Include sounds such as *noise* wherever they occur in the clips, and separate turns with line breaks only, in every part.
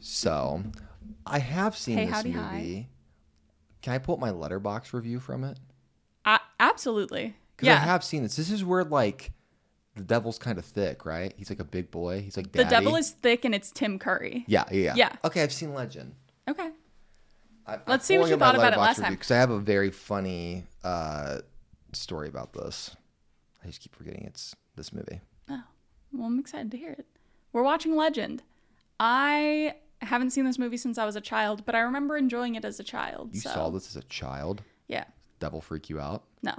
So, I have seen
Hey,
this
howdy,
movie.
hi.
Can I pull up my letterbox review from it?
A- absolutely.
Because
Yeah.
I have seen this. This is where like the devil's kind of thick, right? He's like a big boy. He's like
the
Daddy.
devil is thick and it's Tim Curry.
Yeah, yeah,
Yeah.
Okay, I've seen Legend.
Okay.
I, I'm
Let's see what
pulling
you
up my
thought about it
Letterboxd
last
review
time.
Because I have a very funny uh, story about this. I just keep forgetting it's this movie.
Well, I'm excited to hear it. We're watching Legend. I haven't seen this movie since I was a child, but I remember enjoying it as a child.
You
so.
saw this as a child.
Yeah.
Devil freak you out.
No,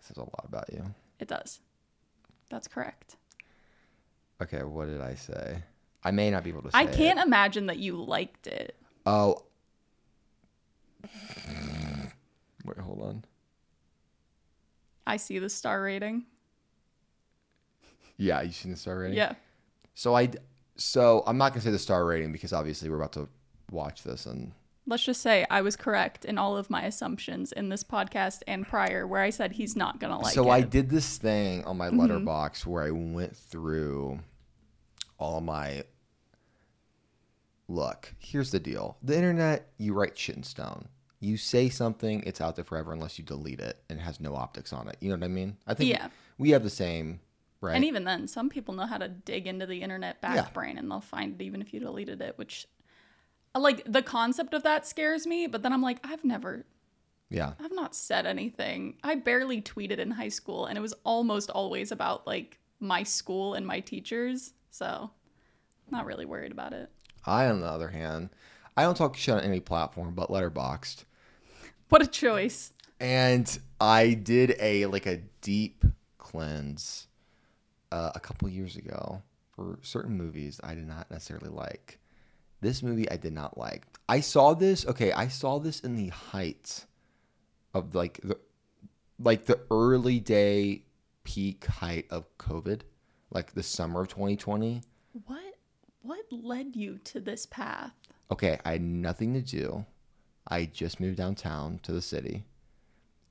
This is a lot about you.
it does. That's correct.
Okay, what did I say? I may not be able to. Say
I
it.
can't imagine that you liked it.
Oh. Wait, hold on.
I see the star rating.
Yeah, you seen the star rating?
Yeah.
So I, d- so I'm not gonna say the star rating because obviously we're about to watch this and
Let's just say I was correct in all of my assumptions in this podcast and prior, where I said he's not gonna like
so
it. Mm-hmm.
I did this thing on my letterbox where I went through all my look, here's the deal. The internet, you write shit in stone. You say something, it's out there forever unless you delete it and it has no optics on it. You know what I mean? I think
Yeah.
we have the same right.
And even then, some people know how to dig into the internet back
Yeah.
brain and they'll find it even if you deleted it, which like the concept of that scares me, but then I'm like, I've never
yeah.
I've not said anything. I barely tweeted in high school and it was almost always about like my school and my teachers. So not really worried about it.
I on the other hand, I don't talk shit on any platform but letterboxed.
What a choice.
and I did a like a deep cleanse uh, a couple years ago for certain movies I did not necessarily like. This movie I did not like. I saw this. Okay, I saw this in the height of like the like the early day peak height of COVID, like the summer of 2020.
What what led you to this path?
okay, I had nothing to do. I just moved downtown to the city.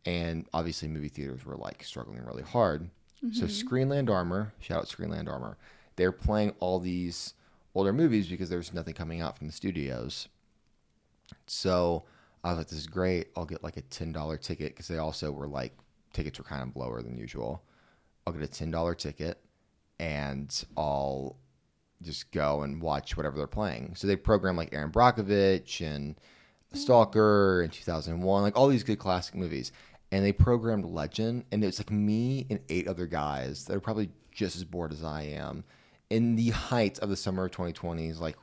And obviously, movie theaters were like struggling really hard.
Mm-hmm.
So, Screenland Armor, shout out Screenland Armor, they're playing all these older movies because there's nothing coming out from the studios. So, I was like, this is great. I'll get like a $10 ticket because they also were like, tickets were kind of lower than usual. I'll get a $10 ticket and I'll just go and watch whatever they're playing. So they program like Aaron Brockovich and Stalker and 2001, like all these good classic movies. And they programmed Legend, and it was like me and eight other guys that are probably just as bored as I am in the height of the summer of 2020s, like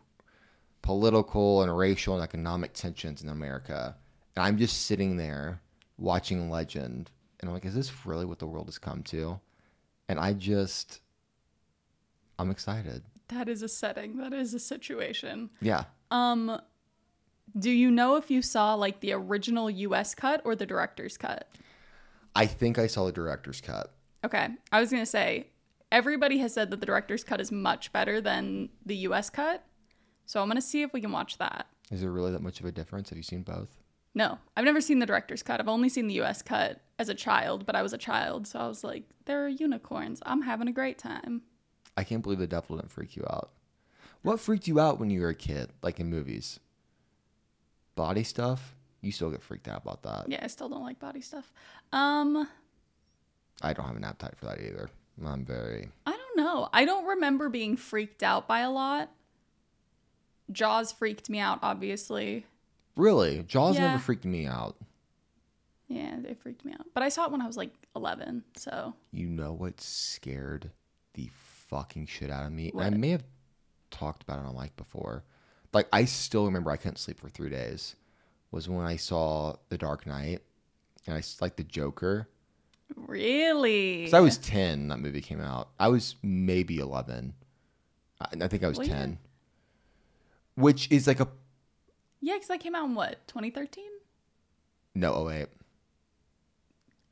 political and racial and economic tensions in America. And I'm just sitting there watching Legend, and I'm like, is this really what the world has come to? And I just, I'm excited.
That is a setting. That is a situation.
Yeah.
Um do you know if you saw like the original US cut or the director's cut?
I think I saw the director's cut.
Okay. I was going to say everybody has said that the director's cut is much better than the US cut. So I'm going to see if we can watch that.
Is there really that much of a difference? Have you seen both?
No, I've never seen the director's cut. I've only seen the US cut as a child, but I was a child, so I was like, there are unicorns. I'm having a great time.
I can't believe the devil didn't freak you out. What freaked you out when you were a kid, like in movies? Body stuff? You still get freaked out about that.
Yeah, I still don't like body stuff. Um,
I don't have an appetite for that either. I'm very.
I don't know. I don't remember being freaked out by a lot. Jaws freaked me out, obviously.
Really? Jaws
Yeah.
never freaked me out.
Yeah, it freaked me out. But I saw it when I was like 11, so
You know what scared the fucking shit out of me? And
What?
I may have talked about it on mic before. Like I still remember I couldn't sleep for three days. Was when I saw The Dark Knight, and I s- like the Joker.
really.
Because I was 10 when that movie came out. I was maybe 11. I, I think I was
Well, yeah.
10. Which is like a.
Yeah, because that came out in what, 2013?
No, oh, wait.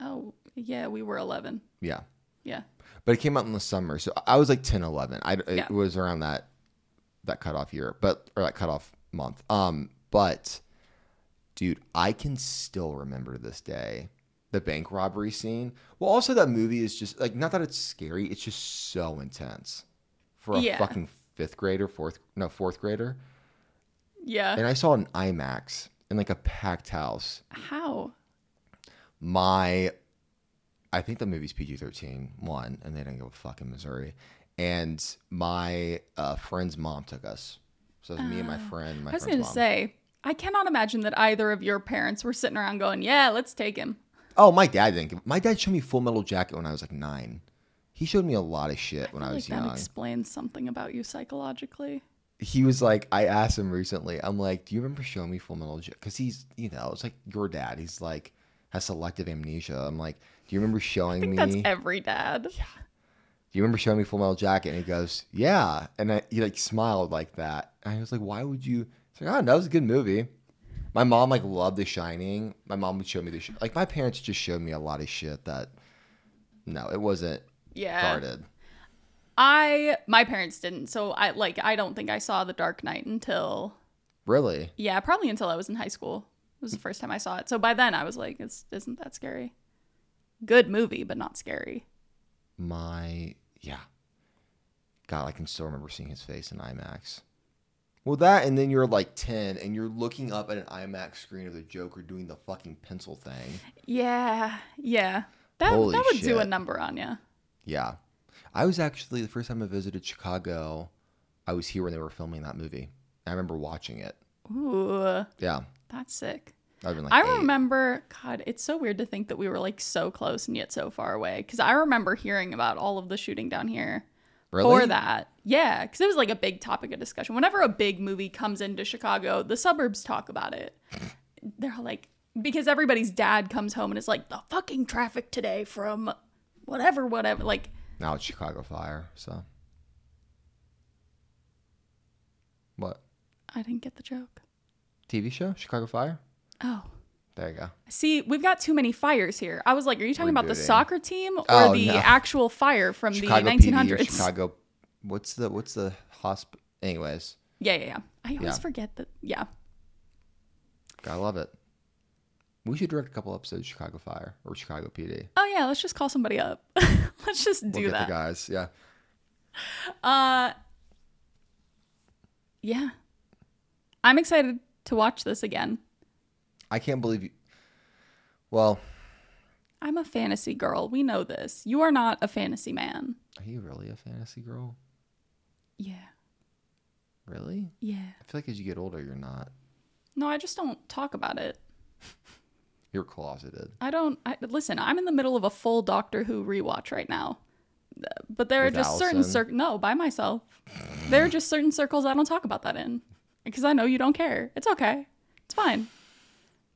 Oh, yeah, we were 11.
Yeah.
Yeah.
But it came out in the summer. So I- I was like 10, 11. I, it
Yeah.
was around that that cutoff year, but or that cutoff month. Um, but dude, I can still remember this day. The bank robbery scene. Well, also that movie is just like not that it's scary, it's just so intense for a
Yeah.
fucking fifth grader, fourth no fourth grader.
Yeah.
And I saw it in IMAX in like a packed house.
How?
My, I think the movie's PG 13, one, and they don't give a fuck in Missouri. And my uh, friend's mom took us. So it was me and my friend. and My
Oh. I was
friend's
gonna
mom.
say, I cannot imagine that either of your parents were sitting around going, "Yeah, let's take him."
Oh, my dad didn't. Give, my dad showed me Full Metal Jacket when I was like nine. He showed me a lot of shit when I,
I feel
was
like
young.
that explains something about you psychologically.
he was like, I asked him recently. I'm like, do you remember showing me Full Metal Jacket? Because he's, you know, it's like your dad. He's like has selective amnesia. I'm like, do you remember showing
I think
me?
that's every dad.
do you remember showing me Full Metal Jacket? And he goes, yeah. And I, he like smiled like that. And I was like, why would you? It's like, oh, that was a good movie. My mom like loved The Shining. My mom would show me the sh- like my parents just showed me a lot of shit that no, it wasn't
Yeah.
guarded.
I my parents didn't, so I like I don't think I saw The Dark Knight until
Really?
yeah, probably until I was in high school. It was the first time I saw it. So by then I was like, it's isn't that scary? Good movie, but not scary.
My yeah. God, I can still remember seeing his face in IMAX. Well, that and then you're like 10 and you're looking up at an IMAX screen of the Joker doing the fucking pencil thing.
Yeah. Yeah. That
Holy
that would do a
shit.
number on you.
Yeah. I was actually the first time I visited Chicago, I was here when they were filming that movie. I remember watching it.
Ooh,
Yeah.
that's sick.
I've been like
I
eight.
remember, God, it's so weird to think that we were like so close and yet so far away. Because I remember hearing about all of the shooting down here
really?
for that. Yeah, because it was like a big topic of discussion. Whenever a big movie comes into Chicago, the suburbs talk about it. They're all like, because everybody's dad comes home and is like, the fucking traffic today from whatever, whatever. Like,
Now it's Chicago Fire, so. What?
I didn't get the joke.
TV show? Chicago Fire?
Oh.
There you go.
See, we've got too many fires here. I was like, are you talking about the
Rebooting.
soccer team or
Oh,
the
no.
actual fire from
Chicago
the
PD
1900s?
or Chicago. What's the what's the hosp? Anyways,
Yeah, yeah, yeah. I always
Yeah.
forget that. Yeah.
I love it. We should direct a couple episodes of Chicago Fire or Chicago PD.
Oh yeah, let's just call somebody up. *laughs* let's just
We'll
do
get the
that.
guys. Yeah.
Uh Yeah. I'm excited to watch this again.
I can't believe you. Well,
I'm a fantasy girl. We know this. You are not a fantasy man.
are you really a fantasy girl?
Yeah.
Really?
Yeah.
I feel like as you get older, you're not.
No, I just don't talk about it.
You're closeted.
I don't I, listen. I'm in the middle of a full Doctor Who rewatch right now, Th- but there
With
are just certain
Allison?
cir- no by myself. there are just certain circles I don't talk about that in because I know you don't care. It's okay. It's fine.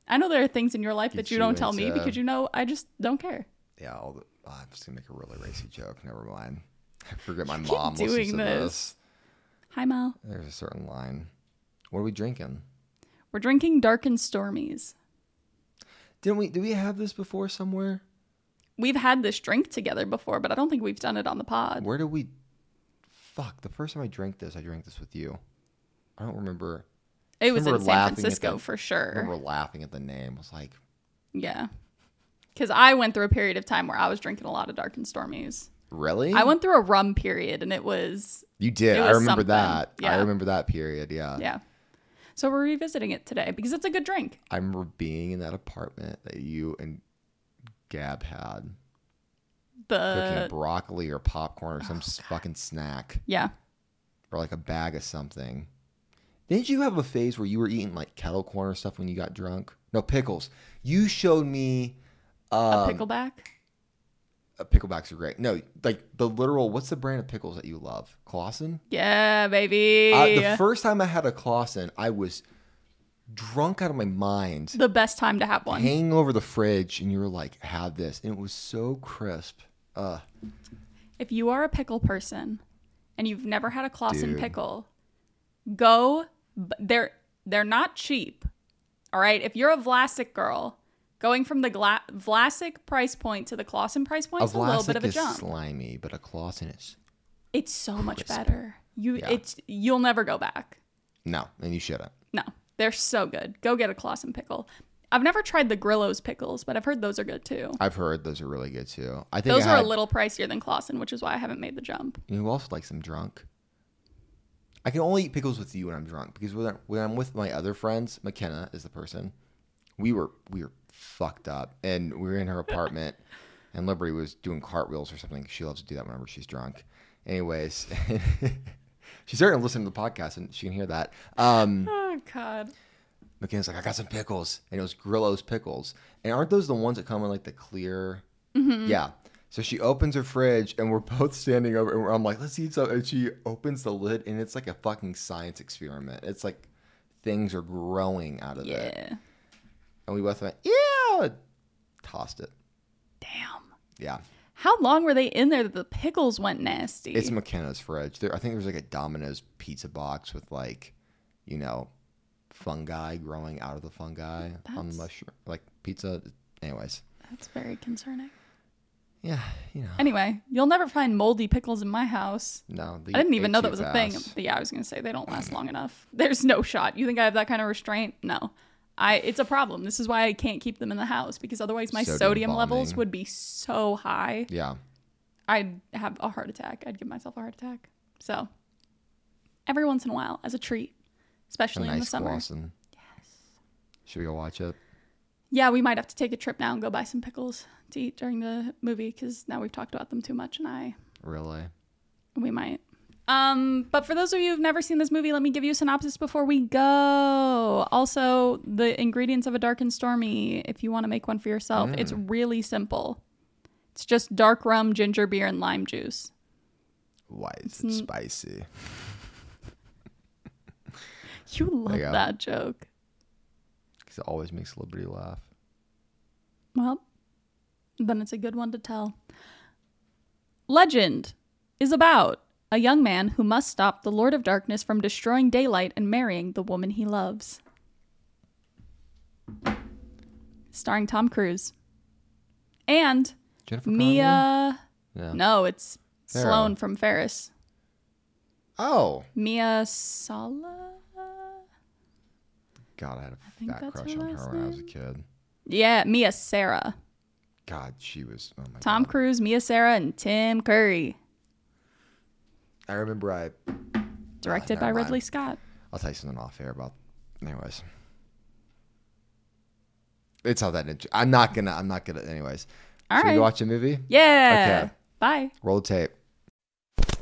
I know there are things in your life
Gets
that you don't
you
tell me
into-
because you know I just don't care.
Yeah. All the, oh, I'm just gonna make a really racy joke. Never mind. *laughs* I forget my
keep
mom listens
doing
to
this.
this.
Hi Mal.
There's a certain line. What are we drinking?
We're drinking Dark and Stormies.
Didn't we? Did we have this before somewhere?
We've had this drink together before, but I don't think we've done it on the pod.
Where do we? Fuck. The first time I drank this, I drank this with you. I don't remember.
It was
remember
in San
laughing at
Francisco
the-
for
I
sure.
remember laughing at the name. I was like,
Yeah. Because I went through a period of time where I was drinking a lot of Dark and Stormies.
really?
I went through a rum period and it was,
You did.
it
I
was
remember
something.
that. I
Yeah.
remember that period. Yeah.
yeah. So we're revisiting it today because it's a good drink.
I remember being in that apartment that you and Gab had,
The, Uh,
cooking broccoli or popcorn or some s fucking snack
yeah.
or like a bag of something. Didn't you have a phase where you were eating like kettle corn or stuff when you got drunk? No pickles. You showed me.
A
Um,
pickleback.
uh, picklebacks are great. No, like the literal. What's the brand of pickles that you love? Clausen.
Yeah, baby.
Uh, the first time I had a Clausen, I was drunk out of my mind,
the best time to have one.
hanging over the fridge, and you were like, "Have this," and it was so crisp. Uh,
If you are a pickle person and you've never had a Clausen
Dude.
pickle, go. b- They're they're not cheap. All right. If you're a Vlasic girl, going from the Gla- Vlasic price point to the Clausen price point
a
is a little bit of
Vlasic
a
is
jump.
slimy, but a Clausen is
It's so much better. You
Yeah.
it's you'll never go back.
No, and you shouldn't.
No, they're so good. Go get a Clausen pickle. I've never tried the Grillo's pickles, but I've heard those are good too.
I've heard those are really good too. I think
Those
I
are a
had-
little pricier than Clausen, which is why I haven't made the jump.
You know who else likes them drunk? I can only eat pickles with you when I'm drunk because when, I, when I'm with my other friends, McKenna is the person. We were we were fucked up, and we were in her apartment, and Liberty was doing cartwheels or something. She loves to do that whenever she's drunk. Anyways, *laughs* she's starting to listen to the podcast, and she can hear that. Um,
Oh God.
McKenna's like, I got some pickles, and it was Grillo's pickles. And aren't those the ones that come in like the clear?
Mm-hmm.
Yeah. So she opens her fridge, and we're *laughs* both standing over, and we're- I'm like, let's eat some. And she opens the lid, and it's like a fucking science experiment. It's like things are growing out of it.
Yeah.
And we both went, yeah, tossed it.
Damn.
Yeah.
How long were they in there that the pickles went nasty?
It's McKenna's fridge. There, I think there's like a Domino's pizza box with like, you know, fungi growing out of the fungi on the
That's-
mushroom, like pizza. Anyways.
That's very concerning.
Yeah, you know.
Anyway, you'll never find moldy pickles in my house.
No, they Mm.
I didn't even
ate
know that
too
was a thing.
fast.
But yeah, I was gonna say they don't last long enough. There's no shot. You think I have that kind of restraint? No. I it's a problem. This is why I can't keep them in the house because otherwise my
Sodium
sodium, levels
bombing.
would be so high.
Yeah,
I'd have a heart attack. I'd give myself a heart attack. So every once in a while as a treat,
a
especially in the
nice
summer.
Lawson. Yes. Should we go watch it?
Yeah, we might have to take a trip now and go buy some pickles to eat during the movie because now we've talked about them too much and I
Really?
We might. Um, but for those of you who've never seen this movie, let me give you a synopsis before we go. Also, the ingredients of a dark and stormy, if you want to make one for yourself, it's really simple. It's just dark rum, ginger beer, and lime juice.
Why is it spicy?
You love
go.
that joke.
Because it always makes Liberty laugh.
Well, then it's a good one to tell. Legend is about a young man who must stop the Lord of Darkness from destroying daylight and marrying the woman he loves. Starring Tom Cruise. And
Jennifer Connelly?
Mia.
No.
No, it's
Farrow.
Sloan from Ferris.
Oh
Mia Sala?
God, I had
think
a fat
that's
crush
her
on her
last
when I was a kid.
Yeah, Mia Sarah.
God, she was. Oh my
Tom
God.
Cruise, Mia Sarah, and Tim Curry.
I remember I.
Directed
never
by
mind.
Ridley Scott.
I'll tell you something off air about. Anyways. It's not that. Int- I'm not gonna. I'm not gonna. Anyways.
All
Should
right.
we watch a movie?
Yeah.
Okay.
Bye.
Roll the tape.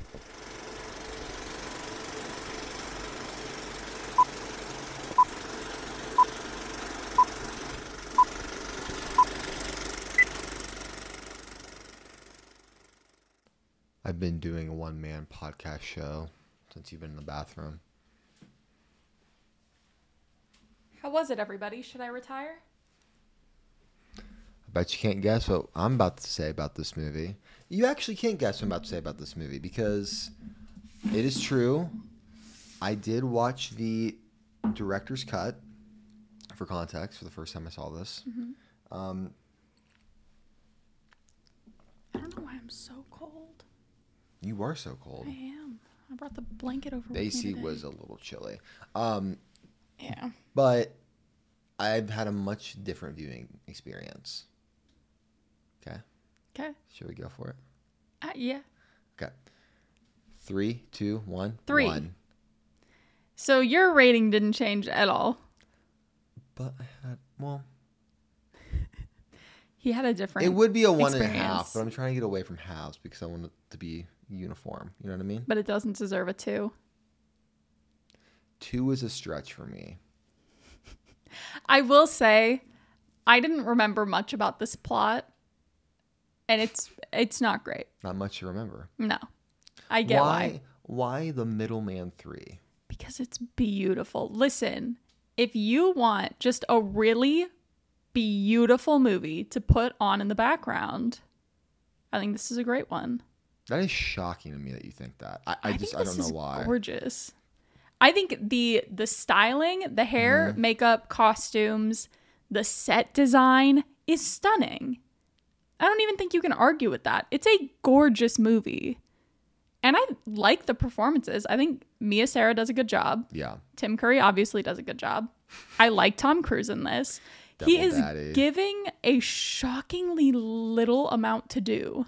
I've been doing a one man podcast show since you've been in the bathroom.
How was it, everybody? Should I retire?
I bet you can't guess what I'm about to say about this movie. You actually can't guess what I'm about to say about this movie because it is true. I did watch the director's cut for context for the first time I saw this.
Mm-hmm.
Um,
I don't know why I'm so cold.
You were so cold.
I am. I brought the blanket over.
The
with me
AC
today.
was a little chilly. Um,
Yeah.
but I've had a much different viewing experience. Okay.
Okay.
Should we go for it?
Uh, yeah.
Okay. Three, two, one.
Three.
One.
So your rating didn't change at all.
But I had, well,
He had a different.
It would be a one and a half,
experience.
but I'm trying to get away from halves because I want it to be uniform. You know what I mean?
but it doesn't deserve a two.
Two is a stretch for me.
I will say, I didn't remember much about this plot, and it's it's not great.
Not much to remember.
No, I get
why?
why.
Why the middleman three?
Because it's beautiful. Listen, if you want just a really beautiful movie to put on in the background, I think this is a great one.
That is shocking to me that you think that. I, I, just I don't know why.
Gorgeous. I think the the styling, the hair,
Mm-hmm.
makeup, costumes, the set design is stunning. I don't even think you can argue with that. It's a gorgeous movie. And I like the performances. I think Mia Sarah does a good job.
Yeah.
Tim Curry obviously does a good job. I like Tom Cruise in this. he
Double
is
daddy.
giving a shockingly little amount to do.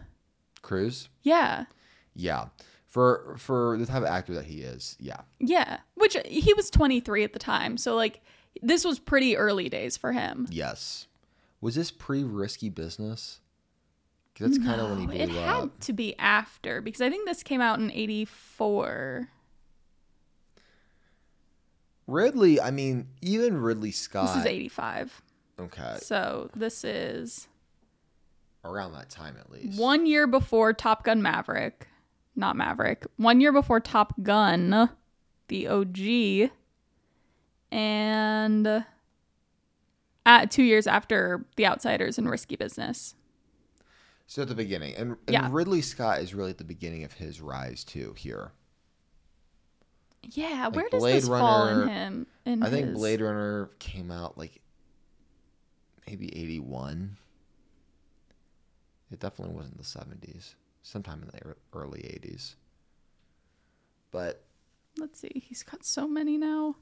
Cruz.
Yeah.
Yeah. For for the type of actor that he is, yeah.
Yeah. Which he was 23 at the time. So, like, this was pretty early days for him.
Yes. Was this pre risky business? 'Cause that's kind of when he
No, Oh, it
blew up.
had to be after because I think this came out in 84.
Ridley, I mean, even Ridley Scott.
This is 85.
Okay.
So, this is
Around that time at least.
one year before Top Gun Maverick. Not Maverick. One year before Top Gun, the OG. And uh, two years after The Outsiders and Risky Business.
So at the beginning. And, and
Yeah.
Ridley Scott is really at the beginning of his rise too here.
Yeah, where does
Blade
this fall in
Runner-
him? In
I think
his-
Blade Runner came out like maybe 81. It definitely wasn't the 70s. Sometime in the ear- early 80s. But
Let's see. He's got so many now.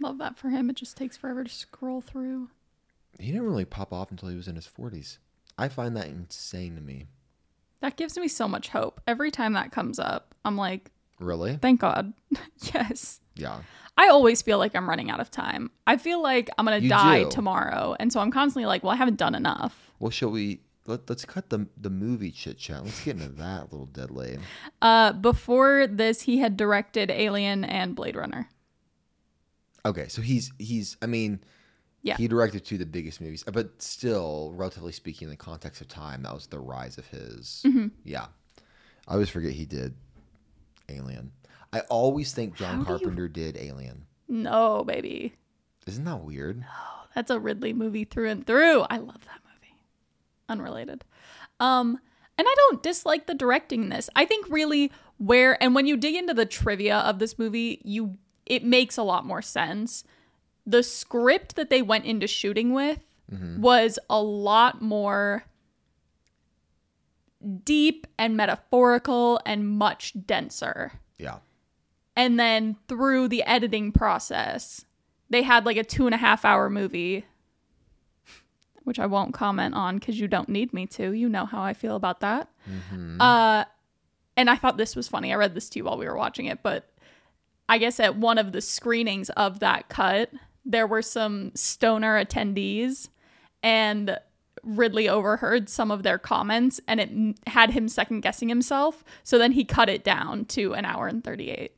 Love that for him. It just takes forever to scroll through.
he didn't really pop off until he was in his 40s. I find that insane to me.
That gives me so much hope. Every time that comes up, I'm like,
Really?
thank God. *laughs* yes.
Yeah.
I always feel like I'm running out of time. I feel like I'm going to
You
die
do.
tomorrow. And so I'm constantly like, well, I haven't done enough.
Well, shall we? Let, let's cut the the movie chit chat. Let's get into that a little dead lane.
Uh, before this, he had directed Alien and Blade Runner.
Okay, so he's he's. I mean,
Yeah.
he directed two of the biggest movies, but still, relatively speaking, in the context of time, that was the rise of his.
Mm-hmm.
Yeah, I always forget he did Alien. I always think John
How do you-
Carpenter did Alien.
No, baby.
Isn't that
*gasps*
weird?
That's a Ridley movie through and through. I love that movie. Unrelated. Um and I don't dislike the directing in this. I think really where and when you dig into the trivia of this movie, you it makes a lot more sense. The script that they went into shooting with was a lot more deep and metaphorical and much denser
Yeah,
and then through the editing process they had like a two and a half hour movie which i won't comment on because you don't need me to you know how i feel about that
Mm-hmm.
uh, and i thought this was funny i read this to you while we were watching it but i guess at one of the screenings of that cut there were some stoner attendees and Ridley overheard some of their comments and it m- had him second guessing himself. So then he cut it down to an hour and 38,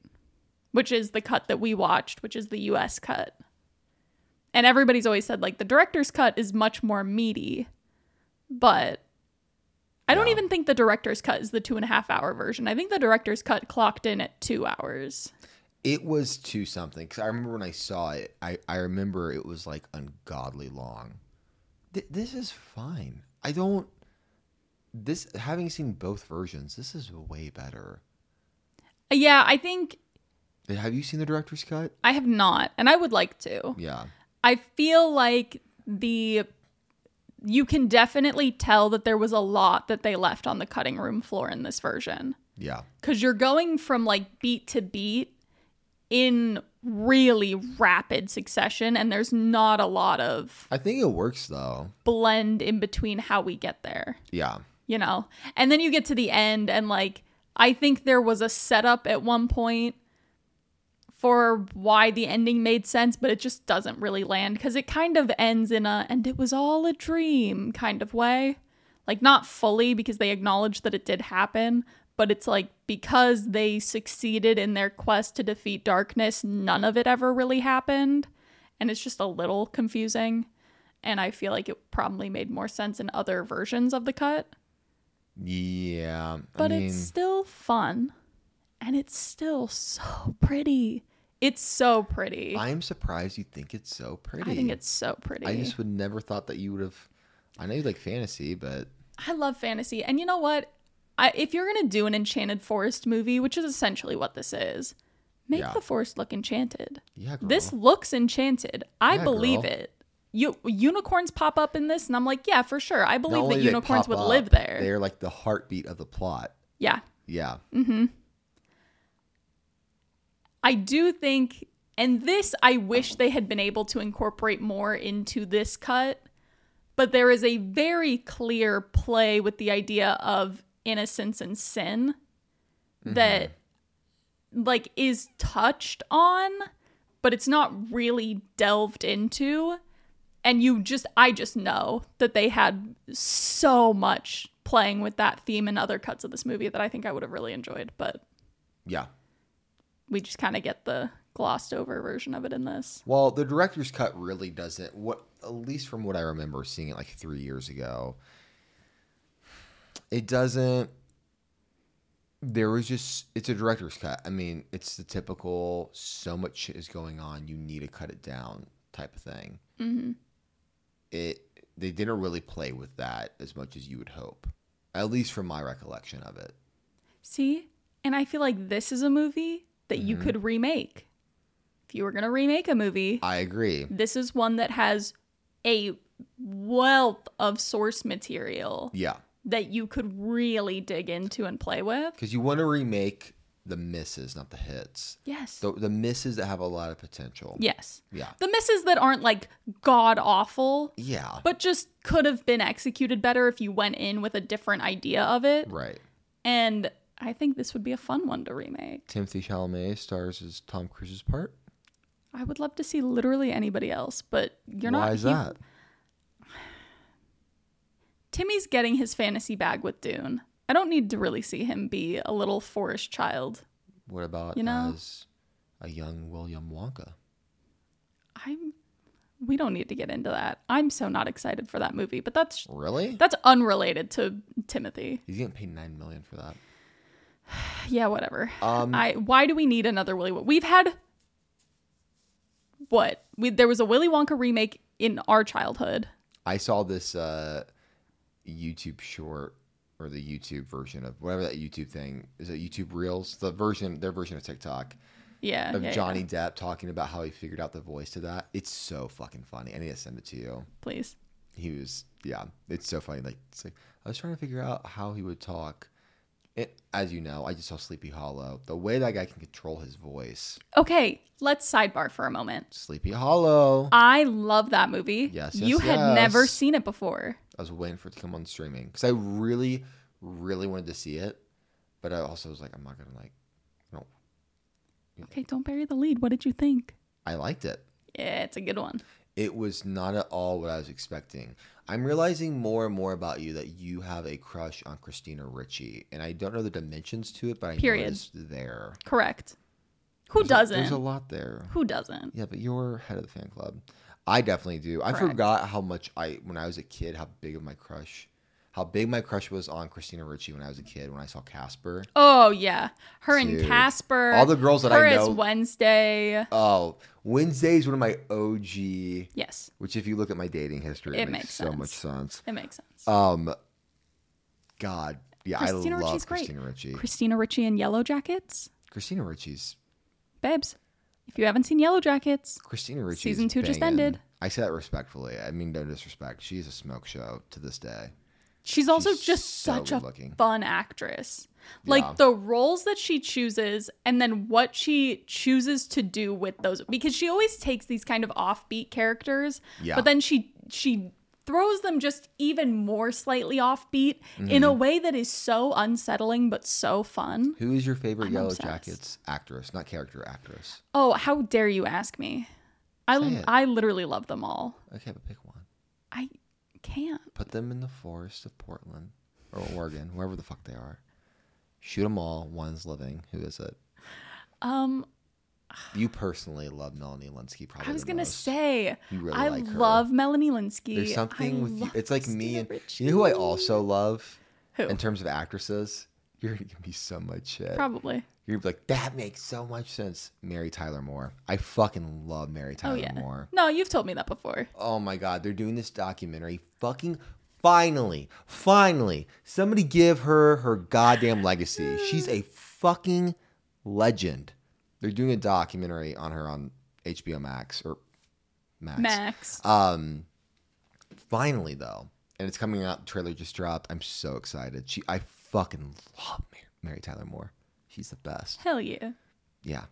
which is the cut that we watched, which is the US cut. And everybody's always said, like, the director's cut is much more meaty, but. I don't
Yeah.
even think the director's cut is the two and a half hour version. I think the director's cut clocked in at two hours.
it was to something. Because I remember when I saw it, I I remember it was like ungodly long. Th- this is fine. I don't. This having seen both versions, this is way better.
Yeah, I think
Have you seen the director's cut?
I have not, and I would like to.
Yeah.
I feel like the you can definitely tell that there was a lot that they left on the cutting room floor in this version
Yeah.
cuz you're going from like beat to beat in really rapid succession and there's not a lot of
I think it works though.
blend in between how we get there
Yeah.
you know. And then you get to the end and like I think there was a setup at one point for why the ending made sense, but it just doesn't really land cuz it kind of ends in a and it was all a dream kind of way. Like not fully because they acknowledge that it did happen, but it's like because they succeeded in their quest to defeat darkness, none of it ever really happened. And it's just a little confusing. And I feel like it probably made more sense in other versions of the cut
Yeah.
but
I mean,
it's still fun and it's still so pretty it's so pretty i,
I'm surprised you think it's so pretty.
think it's so pretty
I just would never thought that you would have. I know you like fantasy, but
I love fantasy and you know what I, if you're gonna do an enchanted forest movie which is essentially what this is make
Yeah.
the forest look enchanted
yeah, girl.
this looks enchanted i
Yeah,
believe
girl.
it you unicorns pop up in this and i'm like yeah for sure i
Not
believe
only
that
do they
unicorns
pop
would
up,
live there Mm.
They're like the heartbeat of the plot.
yeah
Yeah.
I do think, and this I wish they had been able to incorporate more into this cut, but there is a very clear play with the idea of innocence and sin that like is touched on but it's not really delved into and you just i just know that they had so much playing with that theme in other cuts of this movie that i think i would have really enjoyed but
Yeah.
we just kind of get the glossed over version of it in this.
Well, the director's cut really doesn't. What, at least from what I remember seeing it like three years ago, it doesn't. There was just it's a director's cut. I mean, it's the typical so much shit is going on, you need to cut it down type of thing. Mm-hmm. It they didn't really play with that as much as you would hope, at least from my recollection of it.
See? And I feel like this is a movie that you
Mm-hmm.
could remake. If you were going to remake a movie,
I agree.
this is one that has a wealth of source material
Yeah,
that you could really dig into and play with.
because you want to remake the misses, not the hits.
Yes.
The the misses that have a lot of potential.
yes.
Yeah.
The misses that aren't like god awful,
Yeah.
but just could have been executed better if you went in with a different idea of it.
right.
And I think this would be a fun one to remake.
Timothy Chalamet stars as Tom Cruise's part.
I would love to see literally anybody else, but you're
Why
not.
is
he-
that?
Timmy's getting his fantasy bag with Dune. I don't need to really see him be a little forest child.
What about
You know?
as a young William Wonka?
I'm. We don't need to get into that. I'm so not excited for that movie, but that's
Really?
that's unrelated to Timothy. *sighs*
He's getting paid nine million for that.
Yeah, whatever.
Um,
*laughs* I why do we need another Willy Wonka? We've had what? We there was a Willy Wonka remake in our childhood.
I saw this uh, YouTube short or the YouTube version of whatever that YouTube thing is. It YouTube Reels, the version, their version of TikTok
Yeah,
of
yeah, yeah.
Johnny Depp talking about how he figured out the voice to that. It's so fucking funny. I need to send it to you.
please.
he was yeah it's so funny like it's like i was trying to figure out how he would talk it, as you know i just saw sleepy hollow the way that guy can control his voice
Okay, let's sidebar for a moment.
sleepy hollow i,
I love that movie.
Yes,
you
yes,
had never
yes.
seen it before.
was waiting for it to come on streaming because i really really wanted to see it but i also was like i'm not gonna like no
Okay, don't bury the lead. What did you think?
i liked it
Yeah, it's a good one.
it was not at all what i was expecting i'm realizing more and more about you that you have a crush on christina ritchie and i don't know the dimensions to it but i
Period.
noticed there
Correct. Who
There's a-
doesn't?
there's a lot there
Who doesn't?
Yeah, but you're head of the fan club. I definitely do. I
Correct.
forgot how much I when I was a kid, how big of my crush, how big my crush was on Christina Ricci when I was a kid when I saw Casper.
Oh yeah, her and
Dude.
Casper.
All the girls that I
her
know-
is Wednesday.
Oh, Wednesday's one of my OG,
Yes,
which if you look at my dating history, it,
It
makes,
makes
so much sense.
it makes sense.
Um, God, yeah,
Christina
I love
Ricci's great.
Christina Ricci.
Christina Ricci in Yellow Jackets,
Christina Ricci's
babes. If you haven't seen Yellow Jackets,
Christina Ricci.
Season two just ended.
I say that respectfully. I mean no disrespect. She's a smoke show to this day.
she's also
She's
just
so
such a
good-looking.
fun actress. Like
Yeah.
the roles that she chooses and then what she chooses to do with those because she always takes these kind of offbeat characters,
Yeah.
but then she she throws them just even more slightly offbeat in
Mm-hmm.
a way that is so unsettling but so fun.
Who is your favorite Yellow
obsessed.
Jackets actress? Not character actress.
Oh, how dare you ask me?
Say
I
it.
I literally love them all.
Okay, but pick one.
I can't.
Put them in the forest of Portland or Oregon, wherever the fuck they are. Shoot them all. One's living. Who is it?
Um
You personally love Melanie Linsky, probably.
I was
the
gonna
most.
say
You really
I
like her.
love Melanie Linsky.
There's
I
something with you.
love
It's like me
Christina
and
Ricci.
you know who I also love
Who?
in terms of actresses. You're gonna give me so much shit.
Probably.
You're gonna be like that makes so much sense. Mary Tyler Moore. I fucking love Mary Tyler
Oh yeah.
Moore.
No, you've told me that before.
Oh my god, they're doing this documentary. Fucking finally, finally, somebody give her her goddamn legacy. She's a fucking legend. They're doing a documentary on her on HBO Max or Max.
Max.
Um, finally though, and it's coming out. The trailer just dropped. I'm so excited. She, I fucking love Mary, Mary Tyler Moore. She's the best.
Hell yeah.
Yeah.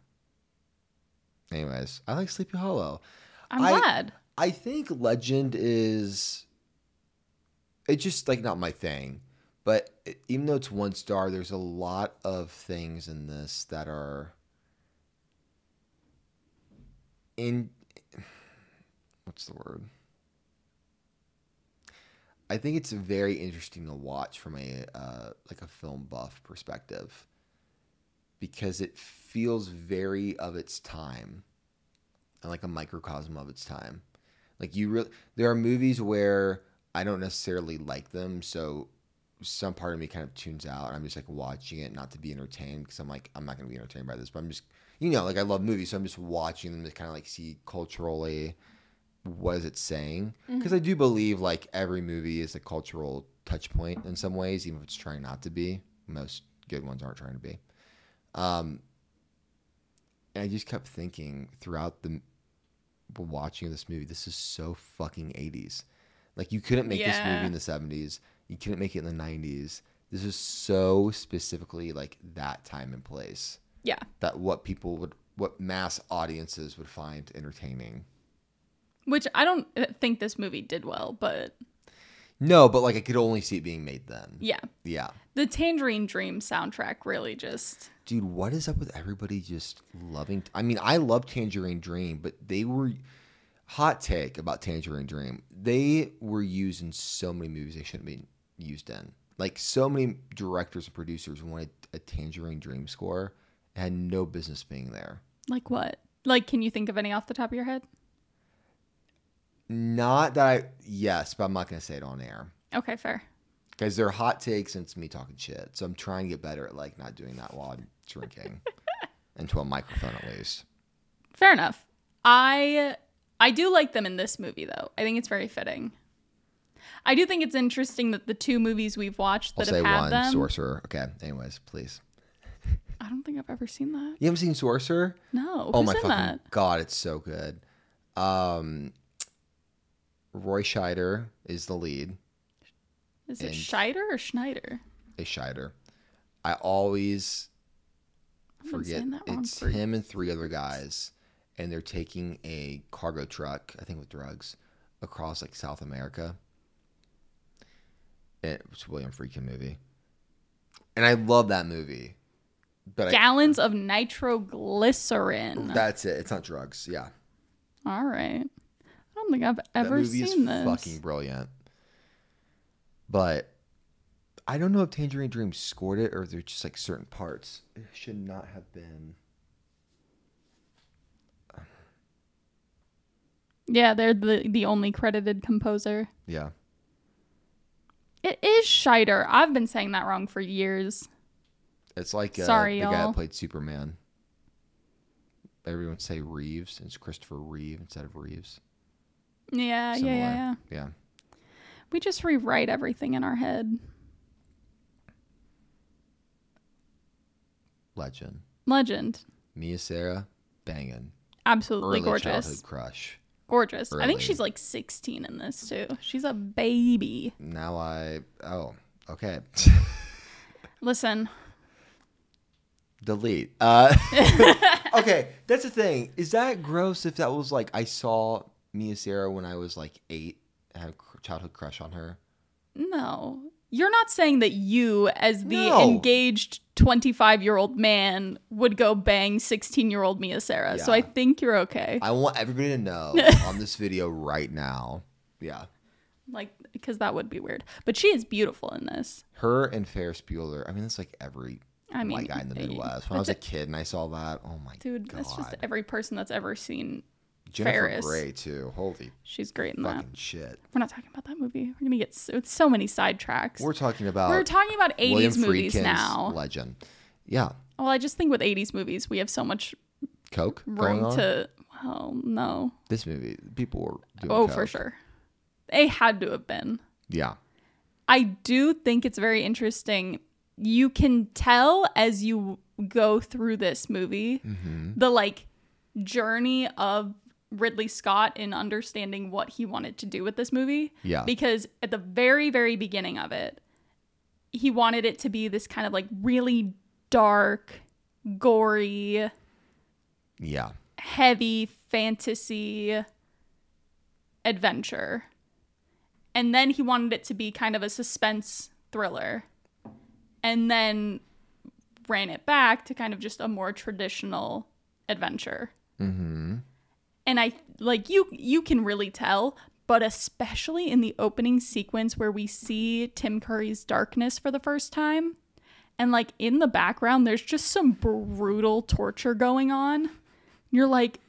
Anyways, I like Sleepy Hollow.
I'm
I-
glad.
I think Legend is it's just like not my thing. But it- even though it's one star, there's a lot of things in this that are in what's the word? I think it's very interesting to watch from a uh, like a film buff perspective because it feels very of its time and like a microcosm of its time. Like you really, there are movies where I don't necessarily like them, so some part of me kind of tunes out, and I'm just like watching it not to be entertained because I'm like I'm not going to be entertained by this, but I'm just you know like I love movies, so I'm just watching them to kind of like see culturally what is it saying
Mm-hmm.
because I do believe like every movie is a cultural touch point in some ways, even if it's trying not to be. Most good ones aren't trying to be. Um, and I just kept thinking throughout the while watching this movie, this is so fucking 80s. Like you couldn't make this
Yeah.
movie in the 70s. You couldn't make it in the 90s. This is so specifically like that time and place
Yeah.
that what people would what mass audiences would find entertaining.
Which I don't uh, think this movie did well, but
No, but like I could only see it being made then.
yeah.
Yeah.
The Tangerine Dream soundtrack really just
Dude, what is up with everybody just loving? I mean, I love Tangerine Dream, but they were hot take about Tangerine Dream. They were used in so many movies they shouldn't be used in. Like so many directors and producers wanted a Tangerine Dream score, it had no business being there.
like what? Like can you think of any off the top of your head?
Not that I yes, but I'm not gonna say it on air
Okay, fair.
because they're hot takes and it's me talking shit. So I'm trying to get better at like not doing that while I'm
*laughs*
drinking into a microphone at least.
Fair enough. I I do like them in this movie though. I think it's very fitting. I do think it's interesting that the two movies we've watched
I'll
that
say
have had
one
them.
sorcerer. Okay. Anyways, please.
I don't think I've ever seen that.
You haven't seen Sorcerer?
No.
oh
who's
my
in
fucking
that?
god, it's so good. Um, Roy Scheider is the lead.
Is it
And-
Scheider or Schneider?
Is Scheider? I always
I've been
forget
saying that wrong
it's
for
him and three other guys, and they're taking a cargo truck, I think with drugs, across like South America. It was a William Freakin movie, and I love that movie. But I,
gallons of nitroglycerin.
that's it. It's not drugs. Yeah.
All right. I don't think I've ever
that movie is
seen this.
fucking brilliant. But I don't know if Tangerine Dream scored it or if there's just like certain parts. It should not have been.
Yeah, they're the the only credited composer.
Yeah.
It is Scheider. I've been saying that wrong for years.
It's like uh,
Sorry,
the guy
y'all.
that played Superman. Everyone say Reeves. It's Christopher Reeve instead of Reeves.
Uh, Yeah, yeah, yeah, yeah.
yeah.
We just rewrite everything in our head.
Legend.
Legend.
Mia Sarah, banging.
Absolutely
Early
gorgeous.
childhood crush.
Gorgeous. I think
Early.
she's like 16 in this too. She's a baby.
Now I. Oh, okay. *laughs*
Listen,
delete. Uh, *laughs* okay, that's the thing. Is that gross? If that was like I saw Mia Sarah when I was like eight, I had a cr- childhood crush on her.
no. You're not saying that you, as the
No.
engaged 25 year old man, would go bang 16 year old Mia Sarah. So
Yeah.
I think you're okay.
I want everybody to
*laughs*
know on this video right now. Yeah,
like, because that would be weird. But she is beautiful in this.
her and Ferris Bueller. I mean, that's like every
I mean,
white guy in
*laughs*
the
eh,
Midwest. When I was
that's
a kid and I saw that, oh my
Dude,
god,
that's just every person that's ever seen.
Jennifer
Ferris.
Grey too. Holy
She's great in that.
fucking shit.
We're not talking about that movie. We're going to get so, so many sidetracks.
We're
We're,
talking about
talking about 80s
William
movies
Friedkin's
now.
legend. Yeah,
Well, I just think with 80s movies, we have so much
Coke going
room
on.
to. Well, no.
this movie, people were doing
Oh, for
coke.
sure. They had to have been.
Yeah.
I do think it's very interesting. You can tell as you go through this movie the like journey of Ridley Scott in understanding what he wanted to do with this movie.
Yeah.
Because at the very, very beginning of it, he wanted it to be this kind of like really dark, gory,
Yeah.
heavy fantasy adventure. And then he wanted it to be kind of a suspense thriller. And then ran it back to kind of just a more traditional adventure.
Mm-hmm.
And I like you you can really tell, but especially in the opening sequence where we see Tim Curry's darkness for the first time. And like in the background there's just some brutal torture going on. You're like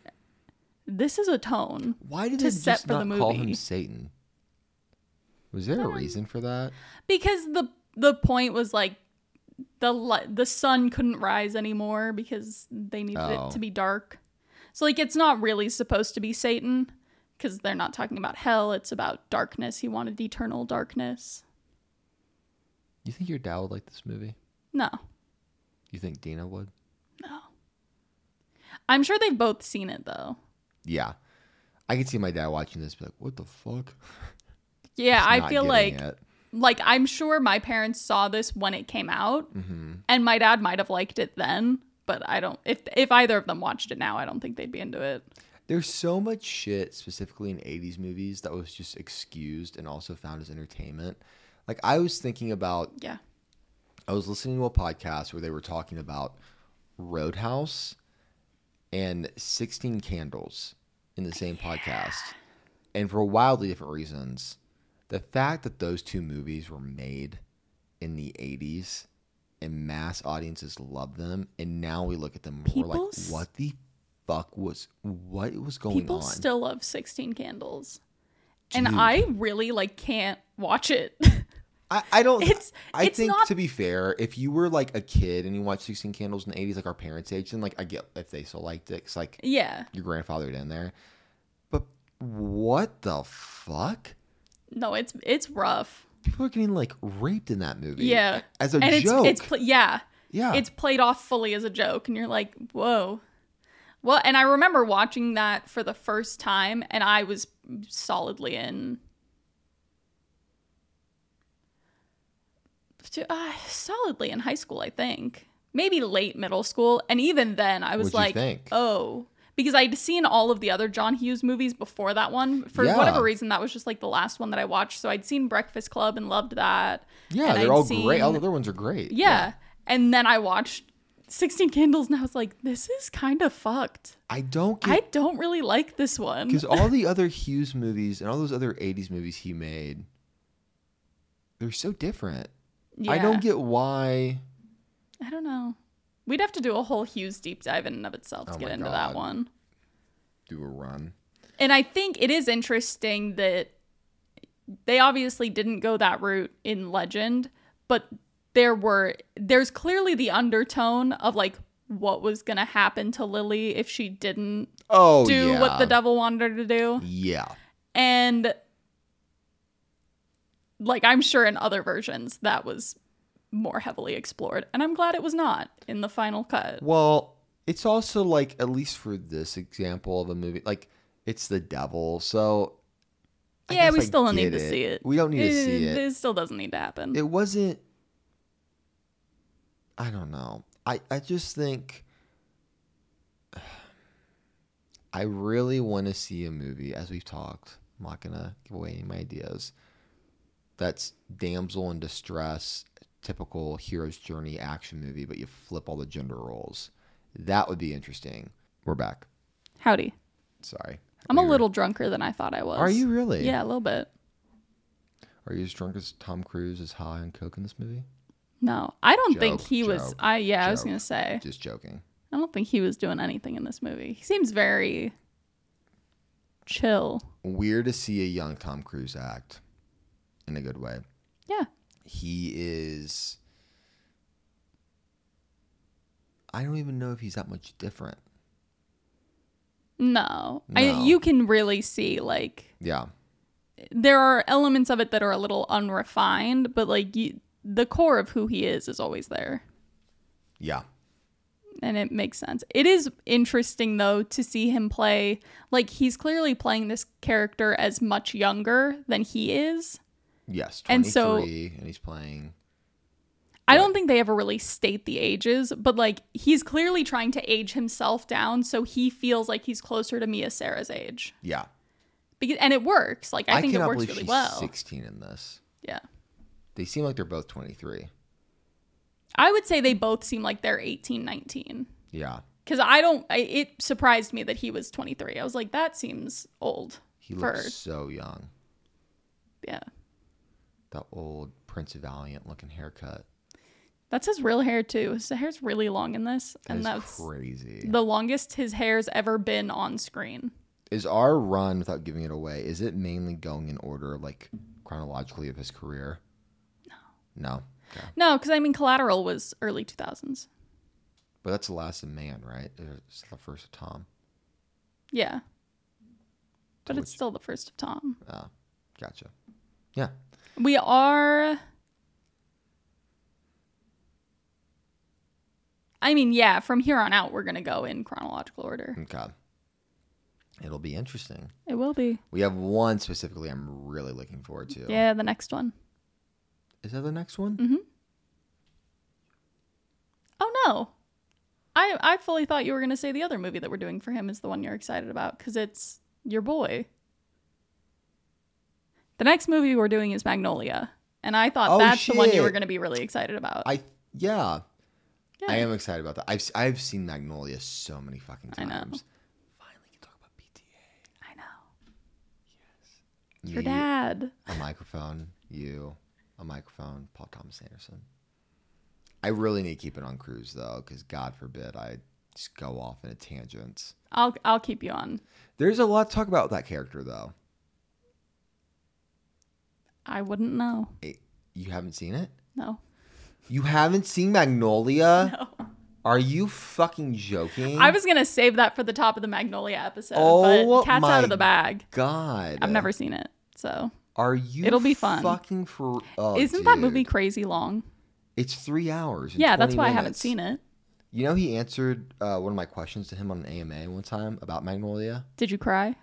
this is a tone.
Why did
To
they
set
just
for the
not call
movie. Um,
him Satan? Was there a reason for that?
because the the point was like the li- the sun couldn't rise anymore because they needed
Oh.
it to be dark. So like it's not really supposed to be Satan because they're not talking about hell, it's about darkness. He wanted eternal darkness.
You think your dad would like this movie?
No.
You think Dina would?
I'm sure they've both seen it though.
Yeah. I can see my dad watching this be like, what the fuck?
Yeah,
Just
I
not
feel
getting
like
it.
like I'm sure my parents saw this when it came out
Mm-hmm.
and my dad might have liked it then, but I don't if if either of them watched it now, I don't think they'd be into it.
There's so much shit, specifically in 80s movies, that was just excused and also found as entertainment. Like, I was thinking about
Yeah.
I was listening to a podcast where they were talking about Roadhouse and 16 Candles in the same podcast. And for wildly different reasons, the fact that those two movies were made in the 80s and mass audiences loved them and now we look at them and we're like
People s-
what the fuck was what was going
people
on
still love 16 candles and
Dude.
i really like can't watch it *laughs*
I, I don't.
It's-
I
it's
think
not-
to be fair, if you were like a kid and you watched Sixteen Candles in the eighties, like our parents' age, then like I get if they still liked it, 'cause, like
yeah
your grandfathered in there. But what the fuck?
no it's it's rough
People are getting like raped in that movie.
yeah
as a
and
joke.
it's it's pl- yeah
yeah,
it's played off fully as a joke and you're like whoa well and i remember watching that for the first time and i was solidly in T- uh, solidly in high school i think maybe late middle school and even then i was
What'd you
like
think?
oh because i'd seen all of the other john hughes movies before that one for
Yeah.
whatever reason that was just like the last one that i watched so i'd seen breakfast club and loved that
yeah.
and
They're
I'd
all great. All
seen-
the other ones are great.
yeah. And then I watched 16 Candles and I was like, this is kind of fucked.
I don't
I
get
don't really like this one.
because all the other Hughes movies and all those other eighties movies he made, they're so different.
Yeah.
I don't get why.
I don't know. We'd have to do a whole Hughes deep dive in and of itself to
Oh
get
my
into
God.
that one.
Do a run.
And I think it is interesting that they obviously didn't go that route in Legend, but there were there's clearly the undertone of like what was going to happen to Lily if she didn't
Oh,
do
yeah.
what the devil wanted her to do.
Yeah.
and like i'm sure in other versions that was more heavily explored and i'm glad it was not in the final cut
Well, it's also like at least for this example of a movie, like it's the devil. So I
yeah
guess
we
I
still don't need
get
to see it Eh,
We don't need to see
it,
it.
it still doesn't need to happen
It wasn't. I don't know. I I just think. *sighs* I really want to see a movie, as we've talked. I'm not gonna give away any of my ideas. That's damsel in distress, typical hero's journey action movie, but you flip all the gender roles. That would be interesting. We're back.
howdy
Sorry.
i'm a
We were-
little drunker than i thought i was
Are you really?
yeah a little bit
Are you as drunk as Tom Cruise is high on coke in this movie?
no i don't think
Joke,
he was
joke,
i yeah i was
joke.
gonna say
Just joking.
i don't think he was doing anything in this movie he seems very chill
weird to see a young Tom Cruise act in a good way.
yeah
He is. I don't even know if he's that much different.
no, I,
No.
you can really see like
Yeah.
there are elements of it that are a little unrefined, but like you, the core of who he is is always there,
Yeah.
and it makes sense. It is interesting though to see him play like he's clearly playing this character as much younger than he is.
Yes.
And so-
23, and he's playing.
I don't think they ever really state the ages, but like he's clearly trying to age himself down so he feels like he's closer to Mia Sarah's age.
Yeah.
Because, and it works. Like I, think it
cannot
works
believe
really
she's
well.
16 in this.
Yeah.
They seem like they're both 23.
I would say they both seem like they're 18, 19.
Yeah.
Cuz I don't I, it surprised me that he was 23. I was like that seems old.
He
for-
looks so young.
Yeah.
The old Prince Valiant looking haircut.
That's his real hair too. His hair's really long in this
That
and
is
that's
crazy.
the longest his hair's ever been on screen.
Is our run, without giving it away, is it mainly going in order, like chronologically, of his career? No. No. Okay.
No, cuz I mean Collateral was early 2000s.
But that's the last of man, right? Or It's the first of Tom.
Yeah. But
So
it's still the first of Tom.
Oh, gotcha. Yeah.
We are. I mean, yeah, from here on out, we're going to go in chronological order.
Okay. It'll be interesting.
It will be.
We have one specifically I'm really looking forward to.
Yeah, Mm-hmm. the next one.
Is that the next one?
Oh, no. I, I fully thought you were going to say the other movie that we're doing for him is the one you're excited about because it's your boy. The next movie we're doing is Magnolia. And I thought
Oh,
that's the one you
shit.
were going to be really excited about.
I yeah.
Yeah.
I am excited about that. I've s- I've seen Magnolia so many fucking
I
times.
know.
Finally can talk about PTA.
I know. Your
Me,
dad.
A microphone, you, a microphone, Paul Thomas Anderson. I really need to keep it on cruise though, because God forbid I just go off in a tangent.
I'll, I'll keep you on.
There's a lot to talk about with that character though.
I wouldn't know.
It- you haven't seen it?
No.
You haven't seen Magnolia? Are you fucking joking?
I was gonna save that for the top of the Magnolia episode,
Oh
but cat's
my
out of the bag.
God.
I've never seen it, so
Are you?
It'll be fun.
Fucking for. Oh,
isn't that
dude.
movie crazy long?
It's three hours.
Yeah, that's why I haven't seen it.
You know, he answered uh, one of my questions to him on an AMA one time about Magnolia.
Did you cry?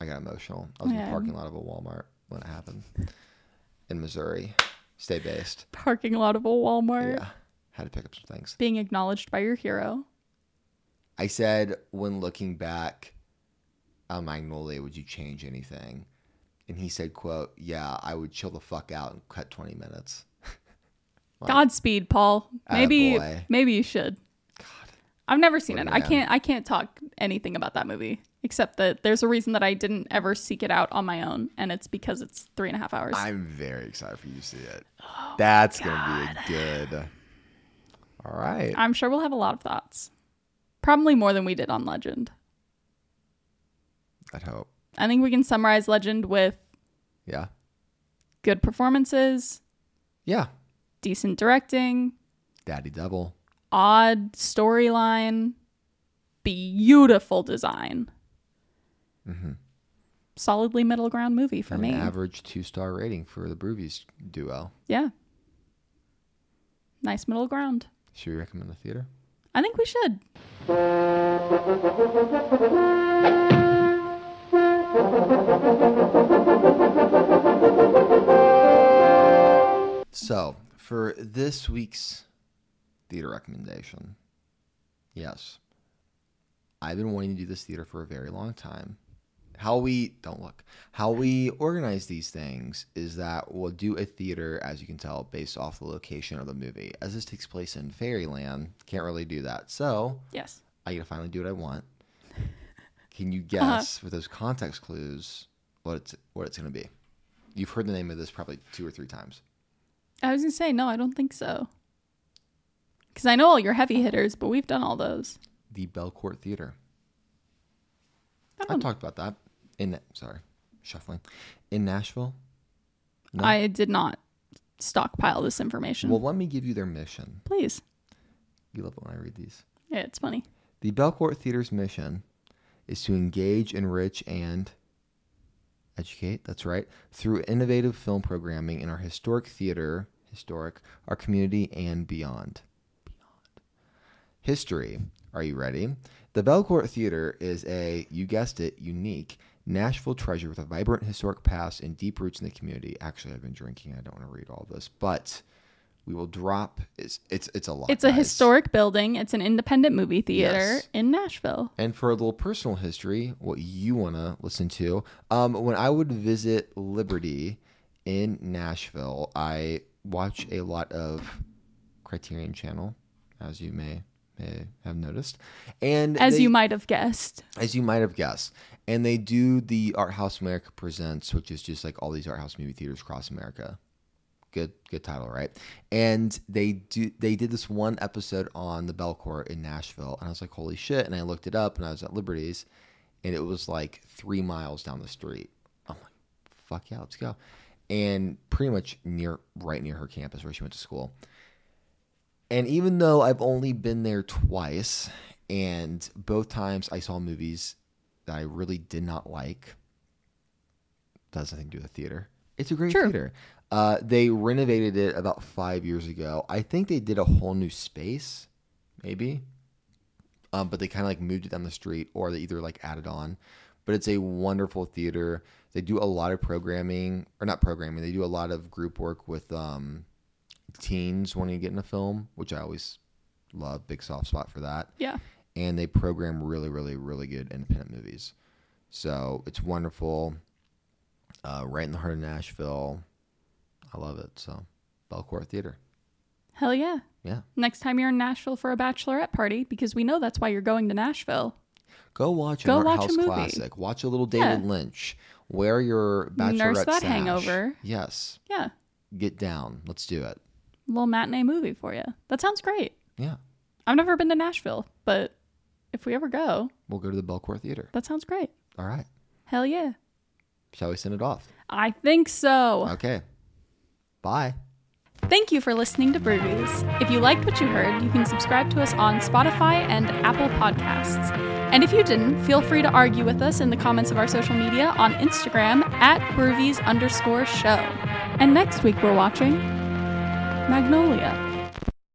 I got emotional. I was in
Yeah.
the parking lot of a Walmart when it happened in Missouri. Stay based.
Parking lot of a Walmart,
Yeah, had to pick up some things.
being acknowledged by your hero.
I said, when looking back on Magnolia, would you change anything? And he said, "quote Yeah, I would chill the fuck out and cut twenty minutes." Wow.
Godspeed, Paul. Maybe,
Attaboy.
maybe you should. I've never seen
What
it.
a
I
man.
can't. I can't talk anything about that movie except that there's a reason that I didn't ever seek it out on my own, and it's because it's three and a half hours.
I'm very excited for you to see it.
Oh,
That's gonna be a good. All right.
I'm sure we'll have a lot of thoughts, probably more than we did on Legend.
I'd hope.
I think we can summarize Legend with
Yeah.
good performances,
Yeah.
decent directing,
Daddy Devil.
odd storyline, beautiful design.
Mm-hmm.
Solidly middle ground movie for
An
me.
average two star rating for the Broovies duo.
yeah. Nice middle ground.
Should we recommend the theater?
I think we should.
So for this week's theater recommendation, yes, I've been wanting to do this theater for a very long time. How we don't look, how we organize these things is that we'll do a theater, as you can tell, based off the location of the movie. As this takes place in fairyland, can't really do that. So
Yes.
I get to finally do what I want. Can you guess with those context clues what it's what it's going to be? You've heard the name of this probably two or three times.
I was going to say, no, I don't think so. Because I know all your heavy hitters, but we've done all those.
The Belcourt Theater.
I
I
don't
talked about that in sorry, shuffling in Nashville. No.
I did not stockpile this information.
Well, let me give you their mission.
Please.
You love it when I read these.
Yeah, it's funny.
The Belcourt Theater's mission is to engage, enrich, and educate. That's right. Through innovative film programming in our historic theater, historic, our community, and beyond. History. Are you ready? The Belcourt Theater is a, you guessed it, unique Nashville treasure with a vibrant historic past and deep roots in the community. Actually, I've been drinking. I don't want to read all this, but We will drop. It's it's, it's a lot.
It's a
guys.
historic building. It's an independent movie theater
Yes.
in Nashville.
And for a little personal history, what you want to listen to, um, when I would visit Liberty in Nashville, I watch a lot of Criterion Channel, as you may may have noticed, and
As
they-
you might have guessed.
as you might have guessed. And they do the Art House America Presents, which is just like all these art house movie theaters across America. Good, good title, right? And they do they did this one episode on the Bell Court in Nashville, and I was like, holy shit! And I looked it up, and I was at Liberty's, and it was like three miles down the street. I'm like, fuck yeah, let's go! And pretty much near, right near her campus where she went to school. And even though I've only been there twice, and both times I saw movies that I really did not like, that has nothing to do with theater. It's a great
True.
theater. Uh, they renovated it about five years ago. I think they did a whole new space, maybe. Um, but they kind of like moved it down the street, or they either like added on. But it's a wonderful theater. They do a lot of programming, or not programming. They do a lot of group work with um, teens wanting to get in a film, which I always love. Big soft spot for that.
Yeah.
And they program really, really, really good independent movies. So it's wonderful. Uh, right in the heart of Nashville. I love it. So Belcourt Theater.
Hell yeah.
Yeah.
Next time you're in Nashville for a bachelorette party, because we know that's why you're going to Nashville.
Go watch an
Go
art
watch a
house
movie.
classic. Watch a little David Lynch. Wear your bachelorette
Nurse that
sash.
hangover.
Yes.
Yeah.
Get down. Let's do it.
Little matinee movie for you. That sounds great.
Yeah.
I've never been to Nashville, but if we ever go,
We'll go to the Belcourt Theater.
that sounds great.
All right.
Hell yeah.
Shall we send it off?
I think so.
Okay. Bye.
Thank you for listening to Broovies. If you liked what you heard, you can subscribe to us on Spotify and Apple Podcasts. And if you didn't, feel free to argue with us in the comments of our social media on Instagram at Broovies underscore show. And next week we're watching Magnolia.